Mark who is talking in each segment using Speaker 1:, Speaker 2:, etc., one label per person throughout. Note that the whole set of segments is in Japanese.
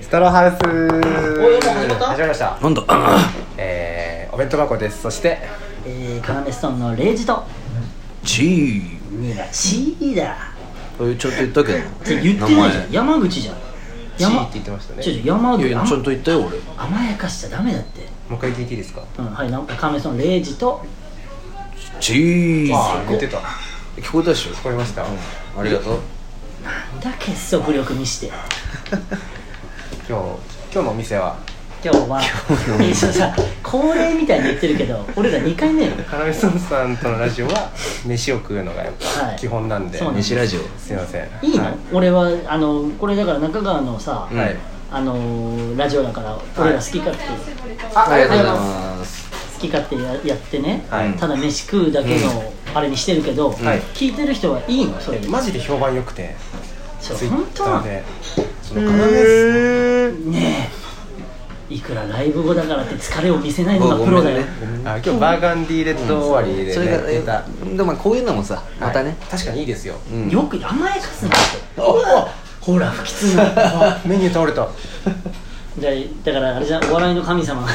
Speaker 1: ストローハウス
Speaker 2: おいもう始まった
Speaker 1: 始まりました
Speaker 3: なんだ
Speaker 1: えー、お弁当箱ですそして
Speaker 2: えー、カナメストーンのレイジと
Speaker 3: チー
Speaker 2: ニラチーだ
Speaker 3: えちゃんと言ったけど
Speaker 2: って言ってないじゃん山口じゃん
Speaker 1: チー
Speaker 2: 山
Speaker 1: って言ってましたね
Speaker 2: ちょちょ山
Speaker 3: いや
Speaker 2: 口
Speaker 3: いやちゃんと言ったよ俺
Speaker 2: 甘やかしちゃダメだって
Speaker 1: もう一回聞いていいですか
Speaker 2: うんはいなんかカナメストーンのレイジと
Speaker 3: チー
Speaker 1: ああ言ってた聞
Speaker 3: 聞こえたでしょ
Speaker 1: こえました、
Speaker 3: ありがとう
Speaker 2: なんだ結束力見して
Speaker 1: 今日今日のお店は
Speaker 2: 今日はえーそうさ恒例みたいに言ってるけど俺ら2回目よ
Speaker 1: カラメソンさんとのラジオは飯を食うのがやっ
Speaker 2: は
Speaker 1: ぱ
Speaker 2: い
Speaker 1: 基本なんで、
Speaker 2: そうなんです
Speaker 3: 西ラジオ
Speaker 1: すいません
Speaker 2: いいの、
Speaker 1: は
Speaker 2: 俺はあのこれだから中川のさ、
Speaker 1: い、はい
Speaker 2: あのラジオだから俺ら好き勝手、
Speaker 1: あありがとうございます
Speaker 3: ま
Speaker 2: 好
Speaker 3: す
Speaker 2: き勝手ややってね、
Speaker 1: はい
Speaker 2: ただ飯食うだけのあれにしてるけど、
Speaker 1: はい
Speaker 2: 聞いてる人はいいのそれ
Speaker 1: マジで評判良くて
Speaker 2: そう
Speaker 1: ツイッ
Speaker 2: 本
Speaker 1: タ
Speaker 2: 当な
Speaker 1: ー
Speaker 2: の
Speaker 1: でそのカラメス
Speaker 2: ねえいくらライブ後だからって疲れを見せないのが
Speaker 3: ご
Speaker 2: プ
Speaker 3: めん
Speaker 2: ロだよ、
Speaker 3: ね
Speaker 1: あ今日バーガンディレッド終わりで、ね
Speaker 3: それが
Speaker 1: 出た、は
Speaker 3: えでもこういうのもさ
Speaker 1: い
Speaker 3: またね
Speaker 1: 確かにいいですよ
Speaker 3: うん
Speaker 2: よく甘やかすなって
Speaker 1: あ
Speaker 2: ほら不吉な
Speaker 1: あメニュー倒れた
Speaker 2: じゃあだからあれじゃんお笑いの神様が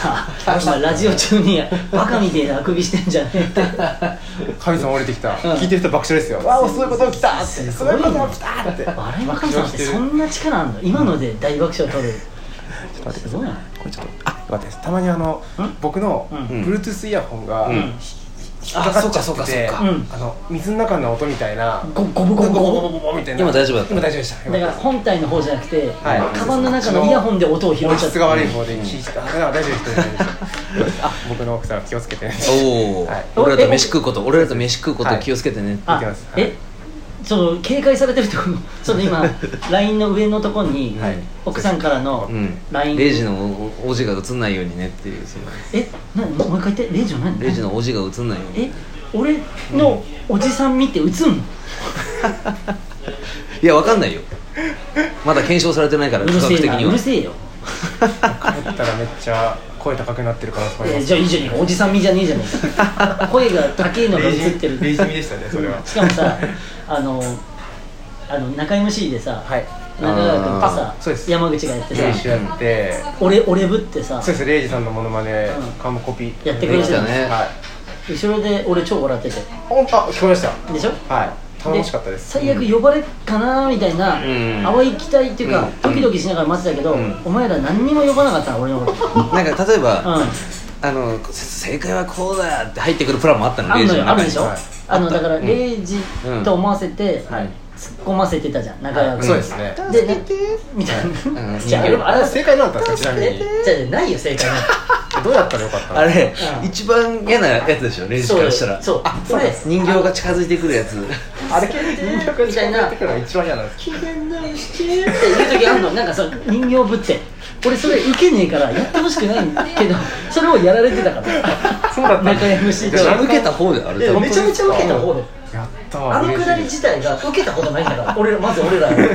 Speaker 2: お前ラジオ中にバカみてえなあくびしてんじゃね えって
Speaker 1: 神様降りてきた、
Speaker 2: ん
Speaker 1: 聞いてる人爆笑ですよ、わあそういうこと起きたってそういうこと起きたって
Speaker 2: 笑いの神様ってそんな力あんの今ので大爆笑取るすごいな
Speaker 3: これちょっと
Speaker 1: 待ってたまにあの
Speaker 2: ん
Speaker 1: 僕の
Speaker 2: うん
Speaker 1: Bluetooth イヤホンが、
Speaker 3: うん
Speaker 1: 引っかかっちゃ
Speaker 3: あそうかそう
Speaker 1: っ
Speaker 3: か
Speaker 1: て
Speaker 3: そう
Speaker 1: て
Speaker 3: か
Speaker 2: うん
Speaker 1: あの水の中の音みたいな
Speaker 2: ゴゴブ
Speaker 1: ゴ
Speaker 2: ゴ
Speaker 1: ボ
Speaker 2: ブ
Speaker 1: ゴボ
Speaker 2: ゴブ
Speaker 1: ゴボゴボみたいな
Speaker 3: 今大丈夫だった
Speaker 1: 今大丈夫でしたよ
Speaker 2: だ
Speaker 1: か
Speaker 2: か
Speaker 1: らった
Speaker 2: 本体の方じゃなくて、
Speaker 1: はい
Speaker 2: カバンの中のイヤホンで音を拾っ
Speaker 1: 音
Speaker 2: ちゃっ
Speaker 1: 質
Speaker 2: て
Speaker 1: が悪い方で聞いてた、あだから大丈夫です大丈夫ですあ僕の奥さん気をつけてね
Speaker 3: おお
Speaker 1: はい
Speaker 3: 俺らと飯食うこと俺らと飯食うこと
Speaker 1: はい
Speaker 3: 気をつけてね
Speaker 2: あ
Speaker 1: 見てますはい
Speaker 2: えその警戒されてるっ てことその今 LINE の上のとこに、
Speaker 3: はい
Speaker 2: 奥さんからの
Speaker 3: うんレ
Speaker 2: LINE、
Speaker 3: イジのおおじが映んないようにねっていうその
Speaker 2: えなもう一回言ってレイジの何
Speaker 3: レイジのおじが映んないように
Speaker 2: え俺のおじさん見て映んの、
Speaker 3: いやわかんないよまだ検証されてないから
Speaker 2: うる
Speaker 3: 科
Speaker 2: せ
Speaker 3: 学
Speaker 2: え
Speaker 3: 的
Speaker 2: な
Speaker 3: に
Speaker 2: う
Speaker 3: は
Speaker 2: るせえよ
Speaker 1: 帰ったらめっちゃ声高くなってるからそ
Speaker 2: えじゃあいいじゃねえかおじさん見じゃねえじゃねえ か声が高いのが映ってる
Speaker 1: レイジミでしたねそれは
Speaker 2: しかもさあのあの中 MC でさ、
Speaker 1: はい
Speaker 2: 中川君とさ
Speaker 1: あーそうです
Speaker 2: 山口がやって
Speaker 1: 練
Speaker 2: さ
Speaker 1: 習やって、
Speaker 2: 俺俺ぶってさ
Speaker 1: そうですレイジさんのモノマネ、
Speaker 2: うん
Speaker 1: カムコピ
Speaker 2: やってくれてた
Speaker 3: ね
Speaker 1: はい
Speaker 2: 後ろで俺超笑ってて
Speaker 1: おあ聞こえました
Speaker 2: でしょ
Speaker 1: はい楽しかったです
Speaker 2: 最悪呼ばれっかなーみたいな、
Speaker 3: うん
Speaker 2: 淡い期待っていうか、
Speaker 3: うん
Speaker 2: ドキドキしながら待ってたけど、
Speaker 3: うん
Speaker 2: お前ら何にも呼ばなかったな俺のこと
Speaker 3: なんか例えば、
Speaker 2: うん
Speaker 3: あのせ正解はこうだって入ってくるプランもあったの
Speaker 2: あん
Speaker 3: レイ
Speaker 2: の
Speaker 3: ジ
Speaker 2: よ
Speaker 3: の
Speaker 2: ある
Speaker 3: 中
Speaker 2: で
Speaker 3: に
Speaker 2: しょ、
Speaker 1: はい
Speaker 2: あのだから、
Speaker 3: うん
Speaker 2: 0時と思わせて、
Speaker 3: はい
Speaker 2: 突っ込ませてたじゃん中
Speaker 1: はい
Speaker 2: 川君、
Speaker 1: そうですね
Speaker 2: でねみたいな、
Speaker 3: うん
Speaker 2: じゃあ
Speaker 1: あ
Speaker 2: でもあ
Speaker 1: あ
Speaker 2: れ
Speaker 1: れ
Speaker 2: は
Speaker 1: は正解なんだったんですかちなみに
Speaker 2: じゃあないよ正解なんて
Speaker 1: どうやったらよかったの
Speaker 3: あれ、
Speaker 2: うん
Speaker 3: 一番嫌なやつでしょレイジからしたら
Speaker 2: そう
Speaker 3: あ
Speaker 2: そう
Speaker 3: なんです人形が近づいてくるやつ
Speaker 1: あれ人形が
Speaker 2: みたいな
Speaker 1: ってくるのが一番嫌なんです
Speaker 2: 機嫌直してって言う時あんのなんかその人形ぶって俺それウケねえからやってほしくないんだけどそれをやられてたから
Speaker 1: そうだった
Speaker 2: 仲良し
Speaker 3: 受
Speaker 2: と
Speaker 3: けた方であれ
Speaker 2: いや
Speaker 3: 多分
Speaker 2: めちゃめちゃウケた方で
Speaker 1: やったー
Speaker 2: あのくだ
Speaker 1: 嬉し
Speaker 2: り
Speaker 1: い
Speaker 2: 自体がウケたことないんだ から俺らまず俺ら
Speaker 1: で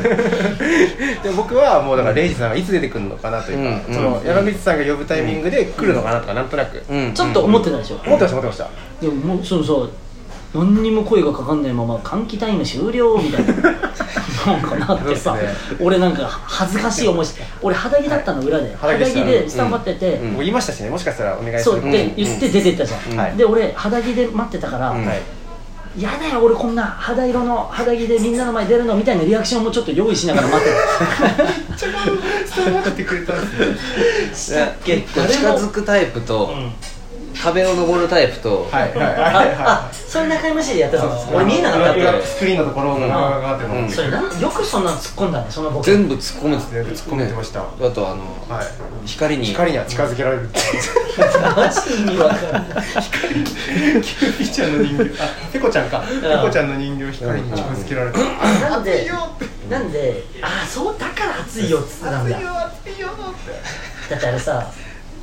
Speaker 1: 僕はもうだからレイジさんがいつ出てくるのかなというか、
Speaker 3: うん
Speaker 1: その山口さんが呼ぶタイミングで来るのかなとかなんとなく、
Speaker 3: うん
Speaker 2: ちょっと思ってたでしょ
Speaker 1: 思ってました思ってました
Speaker 2: でももうそのさ何にも声がかかんないまま換気タイム終了みた いななんかなって
Speaker 1: そ
Speaker 2: さ、
Speaker 1: うですね
Speaker 2: 俺なんか恥ずかしい思いして俺肌着だったの裏で
Speaker 1: 肌
Speaker 2: 肌
Speaker 1: 着でした
Speaker 2: 着でスタンバってて、
Speaker 3: うん
Speaker 1: 僕言いましたしねもしかしたらお願いす
Speaker 2: そう
Speaker 1: る
Speaker 2: って言って出てったじゃん、
Speaker 1: うんはい
Speaker 2: で俺肌着で待ってたから、
Speaker 3: うん
Speaker 1: はい
Speaker 2: やだよ俺こんな肌色の肌着でみんなの前出るのみたいなリアクションもちょっと用意しながら待って
Speaker 1: そうってくれたんですよ
Speaker 3: いや結構近づくタイプと、
Speaker 2: た、うん
Speaker 3: 壁を登るタイプと、
Speaker 1: はいはい
Speaker 2: あ
Speaker 1: はいはい
Speaker 2: あそれ仲良しでやったそうです俺見えなかったっ
Speaker 1: 裏
Speaker 2: て
Speaker 1: スクリーンのところがガガガってなって
Speaker 2: それなんよくそんなの突っ込んだねそのボケ
Speaker 3: 全部突っ込めて
Speaker 1: 全部突っ込めてました
Speaker 3: ねあとあの、
Speaker 1: はい
Speaker 3: 光に
Speaker 1: 光には近づけられる
Speaker 2: マジ意味わかんない
Speaker 1: キューピーちゃんの人形あペコちゃんかペコちゃんの人形光に近づけられる
Speaker 2: なんでなんでああそうだから暑いよっつってたんだだってあれさ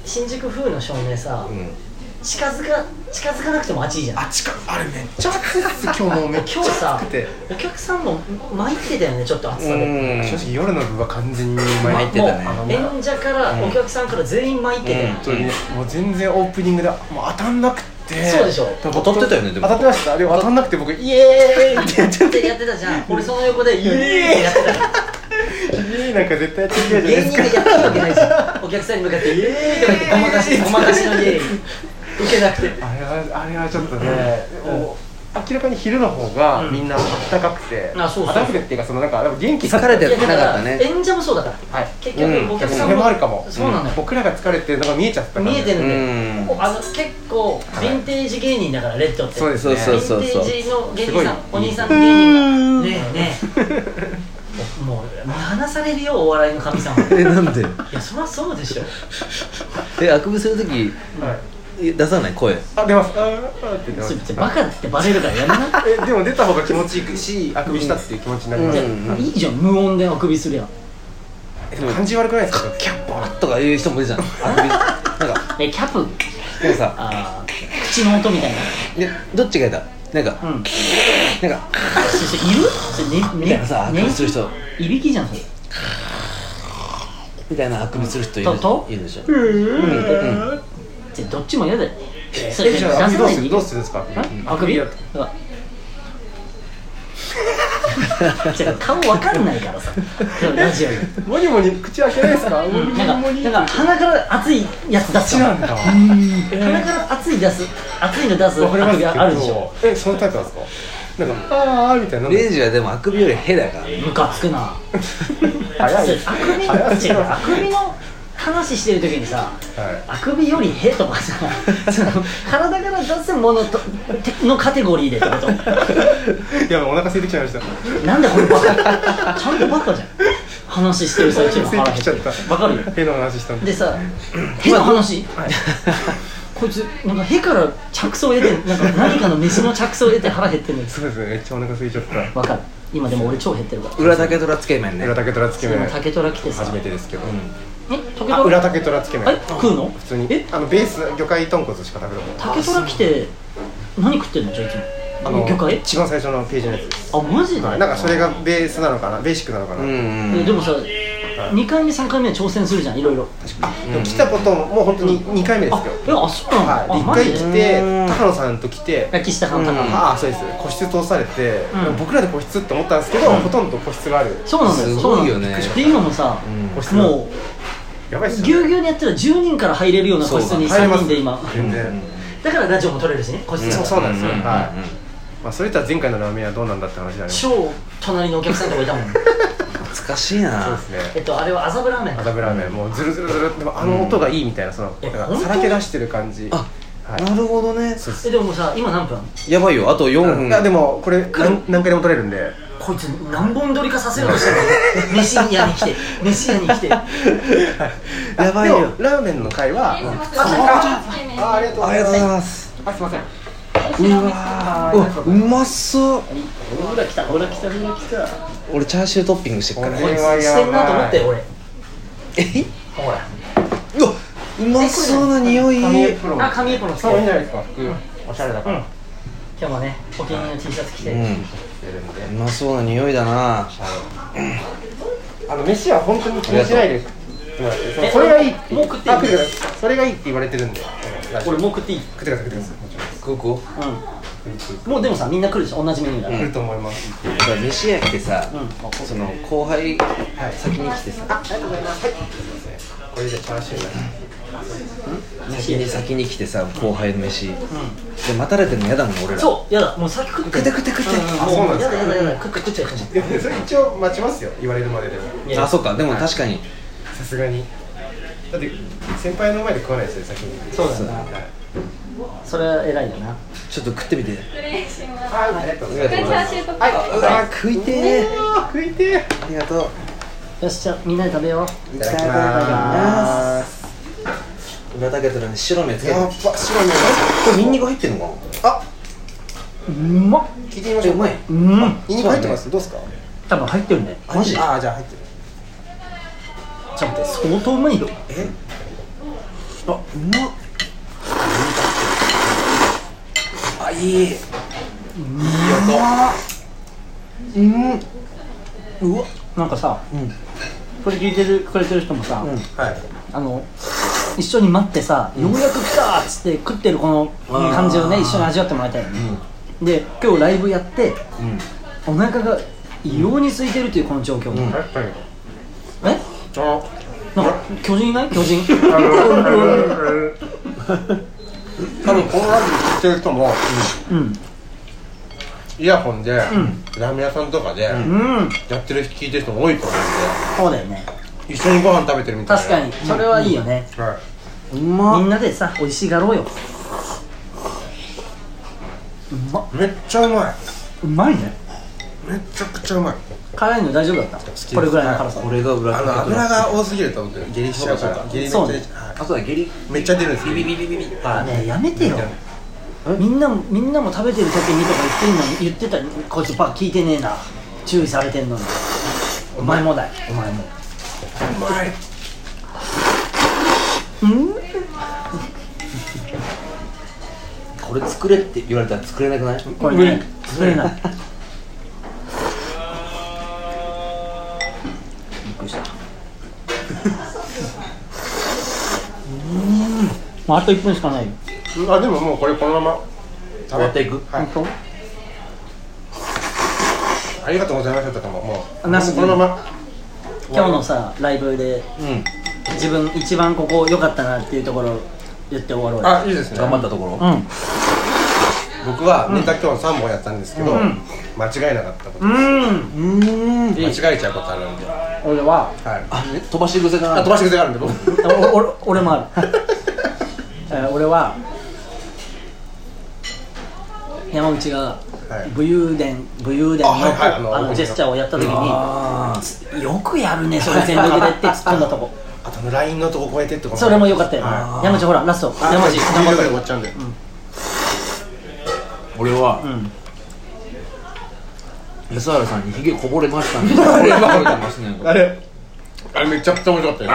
Speaker 2: 新宿風の照明さ、
Speaker 3: うん
Speaker 2: 近づか近づかなくても暑いじゃん
Speaker 1: あ近くあれめっちゃ暑いっす今日もうめっちゃ
Speaker 2: 今日さ
Speaker 1: 暑くて
Speaker 2: お客さんも巻いてたよねちょっと暑さで、
Speaker 3: うん
Speaker 1: 正直夜の部は完全に巻い
Speaker 3: 巻い
Speaker 1: て
Speaker 3: てたね
Speaker 2: もう演者からお客さんから全員巻いてたよ、
Speaker 3: うん
Speaker 1: 本当にもう全然オープニングでもう当たんなくて
Speaker 2: そうでしょ
Speaker 1: 僕
Speaker 3: 当たってたよねでも
Speaker 1: 当たってましたでも当たんなくて僕イエーイって
Speaker 2: ってやってたじゃん俺その横で「イエーイ!」やってた
Speaker 1: 家なんか絶対やってる嫌じゃないで
Speaker 2: 芸
Speaker 1: す
Speaker 2: 人
Speaker 1: か
Speaker 2: がやってるわけないじゃんお客さんに向かって「イエーイ!」とか言ってごまかしごまかしのイエーイ受けなくて
Speaker 1: あれはあれはちょっとね、
Speaker 2: うん
Speaker 1: でも明らかに昼の方が
Speaker 2: うん
Speaker 1: みんなあったかくて、
Speaker 2: あそうそう
Speaker 1: 暖かくてっていうかそのなんかでも元気
Speaker 3: 疲れて
Speaker 2: いや
Speaker 3: な
Speaker 2: だ
Speaker 3: かった
Speaker 2: ら
Speaker 3: ね
Speaker 2: 演者もそうだから
Speaker 1: はい
Speaker 2: 結
Speaker 3: うん
Speaker 2: 局お客さ
Speaker 1: そ
Speaker 2: ん
Speaker 1: れ
Speaker 2: も
Speaker 1: もあるかも
Speaker 2: そうなのよ
Speaker 1: 僕らが疲れてるのが見えちゃったから
Speaker 2: 見えてる
Speaker 3: うん
Speaker 2: だよ
Speaker 3: ん
Speaker 2: あの結構ヴィンテージ芸人だからレッドって
Speaker 1: そうです
Speaker 3: そうそうそう
Speaker 2: ヴィ
Speaker 3: そう
Speaker 2: ンテ
Speaker 1: す
Speaker 2: ージの芸
Speaker 1: ご
Speaker 2: 人
Speaker 1: い
Speaker 2: さんお兄さんの芸人がねえねえもう話されるよお笑いの神様い
Speaker 3: えなんで
Speaker 2: やそりゃそうでしょ
Speaker 3: えあくびするとき
Speaker 1: はい
Speaker 3: 出さない声
Speaker 1: あ出ますあーあーって出ま
Speaker 2: それ
Speaker 1: す
Speaker 2: バカってバレるからやめな
Speaker 1: えでも出た方が気持ちいいしあくびしたっていう気持ちになります、
Speaker 3: うん
Speaker 2: いいじゃん無音であくびするやん
Speaker 1: えでも感じ悪くないですかキャッパー
Speaker 3: とかいう人もいるじゃんあくびなんか
Speaker 2: えキャプ
Speaker 3: でもさ
Speaker 2: あー口の音みたいな
Speaker 3: でどっちがいたなんか
Speaker 2: うん
Speaker 3: なんか
Speaker 2: そしているそれね
Speaker 3: みたいなさあくびする人
Speaker 2: いびきじゃんそれ
Speaker 3: みたいなあくびする人いる
Speaker 2: とと
Speaker 3: いるでしょ
Speaker 2: じゃどっちも嫌だよそ
Speaker 1: え
Speaker 2: れ
Speaker 1: じ
Speaker 2: 出
Speaker 1: ゃああ
Speaker 2: さ
Speaker 1: くびどうする
Speaker 2: ないで
Speaker 1: どうするんですか
Speaker 2: あくび
Speaker 1: や
Speaker 2: うわじゃあ顔わかんないからさラジオに
Speaker 1: モニモニ口開けないですかモニモ
Speaker 2: なんか
Speaker 1: ニ
Speaker 2: なんか鼻から熱いやつ出す
Speaker 1: 口なんだ
Speaker 2: 鼻から熱い出す熱いの出す
Speaker 1: わかり
Speaker 2: あ
Speaker 1: ますけ
Speaker 2: くび
Speaker 1: ど
Speaker 2: あるでしょ
Speaker 1: えそのタイプなんですかなんかあーあーみたいな
Speaker 3: レイジはでもあくびよりへだから
Speaker 2: ムカつくな
Speaker 1: 早い
Speaker 2: それあくび
Speaker 1: 早い
Speaker 2: 違うあくびの話してる時にさ
Speaker 1: はい
Speaker 2: あくびよりへとかさその体から出すものとてのカテゴリーでってこと
Speaker 1: いやお腹空いてきちゃいました
Speaker 2: なんだこれバカちゃんとバカじゃん話してる最中の腹減ってる
Speaker 1: ついてきちゃった
Speaker 2: わかるよ
Speaker 1: 変な話したんで
Speaker 2: でさへの話、こいつなんかへから着想を得てなんか何かの飯の着想を得て腹減ってんのよ
Speaker 1: そうですねめっちゃお腹空いちゃった
Speaker 2: わかる今でも俺超減ってるから
Speaker 3: 裏竹虎つけ麺ね
Speaker 1: 裏竹虎つけ
Speaker 2: でも
Speaker 1: 麺
Speaker 2: 竹虎来てさ
Speaker 1: 初めてですけど
Speaker 2: え竹
Speaker 1: あ
Speaker 2: 虎
Speaker 1: 裏竹虎つけ麺
Speaker 2: え食うの
Speaker 1: 普通に
Speaker 2: え
Speaker 1: あのベース魚介豚骨しか食べたことない
Speaker 2: 竹虎来て何食ってんのじゃあいつも
Speaker 1: あの
Speaker 2: 魚介
Speaker 1: 一番最初のページのやつです
Speaker 2: あマジで、
Speaker 1: はいなんかそれがベースなのかなベーシックなのかな、
Speaker 3: うんうん
Speaker 2: えでもさ、二2回目3回目は挑戦するじゃんいろいろ
Speaker 1: あでも来たことももう本当に2回目です
Speaker 2: あ
Speaker 1: よ、
Speaker 2: えあそうなの、
Speaker 1: はい、
Speaker 2: あ
Speaker 1: で1
Speaker 2: マジ
Speaker 1: 回
Speaker 2: で
Speaker 1: 来て
Speaker 3: うん
Speaker 1: 高野さんと来て
Speaker 2: 泣きしたかの高野、
Speaker 1: ああそうです個室通されて、
Speaker 2: うん
Speaker 1: 僕らで個室って思ったんですけど、ほとんど個室がある
Speaker 2: そうなのよ
Speaker 3: す
Speaker 2: そうな
Speaker 3: ご
Speaker 2: の
Speaker 3: いよね
Speaker 2: で今もさ、
Speaker 1: 個室が
Speaker 2: も
Speaker 1: やばいっ
Speaker 2: う
Speaker 1: す
Speaker 2: ぎ
Speaker 1: よ
Speaker 2: ゅう
Speaker 1: ね
Speaker 2: ぎゅうにやったら10人から入れるような個室に3人で今
Speaker 1: 全然、
Speaker 2: だからラジオも撮れるしね個室
Speaker 1: そう
Speaker 2: も
Speaker 1: そうなんですよ、
Speaker 3: う
Speaker 1: は
Speaker 3: ん
Speaker 1: い、まあ、それとは前回のラーメン屋どうなんだって話になります
Speaker 2: 超隣のお客さんとかいたもん
Speaker 3: 懐かしい
Speaker 1: そう
Speaker 3: な
Speaker 1: ですね
Speaker 2: えっとあれは麻布ラーメンか
Speaker 1: 麻布ラーメンもうズルズルズルでもあの音がいいみたいなその
Speaker 2: え
Speaker 1: だか
Speaker 2: 本
Speaker 1: ら
Speaker 2: 当
Speaker 1: さらけ出してる感じ
Speaker 3: あ
Speaker 1: はい
Speaker 3: なるほどね
Speaker 1: そうです
Speaker 2: えでももうさ今何分
Speaker 3: やばいよあと4
Speaker 1: うん
Speaker 3: 分
Speaker 1: いやでもこれ何何回でも取れるんで
Speaker 2: こいつ何本撮りかさせようとしてる の飯屋に来て飯屋に来て
Speaker 3: やばいよ
Speaker 1: でもラーメンの会は、
Speaker 4: すいません
Speaker 1: あああありがとうご
Speaker 3: あ
Speaker 1: ざ
Speaker 3: り
Speaker 1: い
Speaker 3: がとうござい
Speaker 1: ま
Speaker 3: ます
Speaker 1: すあすいません
Speaker 3: うわーうわうまそう
Speaker 2: ほら来たほら来たほら来た
Speaker 3: 俺チャーシュートッピングしてっから
Speaker 2: こ
Speaker 1: こ
Speaker 2: いつ
Speaker 1: れはやば
Speaker 2: し
Speaker 1: い
Speaker 2: てんなと思って俺
Speaker 3: え
Speaker 2: ほら
Speaker 3: うわうまそうな匂い
Speaker 1: 紙エプロン
Speaker 2: あ紙エプロンつけ
Speaker 1: そ
Speaker 2: て
Speaker 1: ういいんじ
Speaker 2: 今
Speaker 1: ゃないですか服おしゃれだから、
Speaker 2: 日もねお気に入りの T シャツ着
Speaker 1: して
Speaker 2: て、
Speaker 3: う
Speaker 1: るんで
Speaker 3: んうまそうな匂いだな
Speaker 1: あの飯は本当に気にしないでもらってそ
Speaker 2: え
Speaker 1: うそれがいい
Speaker 2: もう食っていい
Speaker 1: あ食ってくださいそれがいいって言われてるんで俺
Speaker 2: 俺もう食っていい、
Speaker 1: 食ってください食ってくださいもちろん
Speaker 3: 空港
Speaker 2: うん、もうでもさみんな来るでしょ同じメニューだから、
Speaker 1: 来ると思います
Speaker 3: だから飯屋来てさ
Speaker 2: うん
Speaker 3: その後輩
Speaker 1: はい
Speaker 3: 先に来てさ
Speaker 1: これでチャーシューだ
Speaker 3: 先に先に来てさ後輩の飯で待たれてるの嫌だもん俺ら
Speaker 2: そうやだもう先食って
Speaker 3: 食って食って食って
Speaker 2: うん
Speaker 1: あそう
Speaker 2: も
Speaker 1: なん
Speaker 2: う
Speaker 1: です
Speaker 2: やだ
Speaker 1: か
Speaker 2: やだやだ食って食って食って
Speaker 1: いやそれ一応待ちますよ言われるまででも
Speaker 2: いや
Speaker 3: あそうかでも確かに
Speaker 1: さすがにだって先輩の前で食わないですよ先に
Speaker 2: そうだよな
Speaker 1: はい
Speaker 2: それは偉いよな
Speaker 3: ちょっと食ってみて
Speaker 4: 失礼します。
Speaker 1: あありがとうござい
Speaker 4: チ
Speaker 1: ます
Speaker 4: ャーシューとか。
Speaker 3: うわ食いて
Speaker 1: う
Speaker 3: ー
Speaker 1: わー食いてー
Speaker 3: ありがとう
Speaker 2: よしじゃあみんなで食べよ
Speaker 3: い
Speaker 1: ただきます
Speaker 3: す裏竹とね白目つけて
Speaker 1: やっ
Speaker 3: こ
Speaker 1: ぱ白いね
Speaker 3: れニンニク入ってんの
Speaker 1: あ
Speaker 2: ううまっ
Speaker 1: 聞いてみま
Speaker 3: かな
Speaker 1: し
Speaker 3: え
Speaker 1: ょ
Speaker 3: う
Speaker 1: う
Speaker 3: まい
Speaker 2: うん
Speaker 1: ニンニク入ってますどうですか
Speaker 2: 多分入ってるね
Speaker 3: マジ
Speaker 1: ああじゃあ入ってる
Speaker 2: ちょっと待って相当うまいよ
Speaker 1: え
Speaker 2: あうまっ
Speaker 3: あいいいい音うんうわ
Speaker 2: なんかさ、
Speaker 3: ん
Speaker 2: これ聞いてるくれてる人もさ、
Speaker 1: はい
Speaker 2: あの一緒に待ってさ、ようやく来たーっつって食ってるこの
Speaker 3: あー
Speaker 2: 感じをね一緒に味わってもらいたいよね、で今日ライブやって、お腹が異様に空いてるというこの状況、
Speaker 1: やっぱりあ
Speaker 2: なんか巨人いない巨人
Speaker 1: あ の多分このラジオ聞いてる人も、
Speaker 2: うん
Speaker 1: イヤホンで、ラーメン屋さんとかで、
Speaker 2: うん
Speaker 1: やってる人聞いてる人も多いと思うん
Speaker 2: そうだよね
Speaker 1: で一緒にご飯食べてるみたいな
Speaker 2: 確かにそれはいいよね、
Speaker 1: は
Speaker 3: うま
Speaker 2: みん
Speaker 3: っ
Speaker 2: なでさ美味しがろうようまっ
Speaker 1: いめっちゃうまいう
Speaker 2: まいね
Speaker 1: めちゃくちゃうまい
Speaker 2: 辛いの大丈夫だっ
Speaker 1: 好きです
Speaker 2: たこれぐらいの辛さ
Speaker 3: これが裏
Speaker 1: あの
Speaker 3: 方
Speaker 1: 油
Speaker 3: だ
Speaker 1: が多すぎると思って下痢しちゃうから下痢めっちゃ出ちゃうはい
Speaker 3: あとは下痢
Speaker 1: めっちゃ出るんですけど
Speaker 3: ビビビビビビ
Speaker 1: は
Speaker 2: ねえやめてよ
Speaker 3: え
Speaker 2: みんなもみんなも食べてる時にとか言ってんのに言ってたこいつばっか聞いてねえな注意されてんのにお前もだよお前も
Speaker 1: うまい
Speaker 3: これ作れって言われたら作れなくない
Speaker 2: これねそれない
Speaker 3: びっくりした
Speaker 2: もうあと1分しかないよ
Speaker 1: あでももうこれこのまま
Speaker 3: 終わっていく
Speaker 1: はいありがとうございましたとかももう
Speaker 2: なし
Speaker 1: このまま
Speaker 2: 今日のさライブで
Speaker 3: うん
Speaker 2: 自分一番ここ良かったなっていうところ言って終わろうよ
Speaker 1: あいいですね
Speaker 3: 頑張ったところ
Speaker 2: うん
Speaker 1: 僕はネタ今日3本やったんですけど間違えなかったこと
Speaker 2: うん
Speaker 3: うん
Speaker 1: 間違えちゃうことあるんでは
Speaker 2: 俺はい
Speaker 3: あ飛ばし癖が
Speaker 1: あ
Speaker 3: な
Speaker 1: 飛ばし癖があるんで僕
Speaker 2: お俺俺もある、えー俺は山内が
Speaker 1: はい
Speaker 2: 武勇伝武勇伝の,、
Speaker 1: あはいはい
Speaker 2: あ
Speaker 1: あ
Speaker 2: の
Speaker 1: の
Speaker 2: ジェスチャーをやった時に
Speaker 3: あ
Speaker 2: 「
Speaker 3: ー
Speaker 2: よくやるねそれ全力で」って突っ込んだとこ
Speaker 1: あとあの LINE のとこ超えてってこと
Speaker 2: それもよかったよ、
Speaker 1: は
Speaker 2: 山内ほらラスト
Speaker 1: いあ
Speaker 2: 山内頑
Speaker 1: 10秒ぐら
Speaker 2: 張って
Speaker 1: いで終わっちゃうんで
Speaker 3: 俺は
Speaker 2: うん
Speaker 3: 安 原さんにひげこぼれましたねこぼれましたね
Speaker 1: あれあれめちゃくちゃ面白かったよ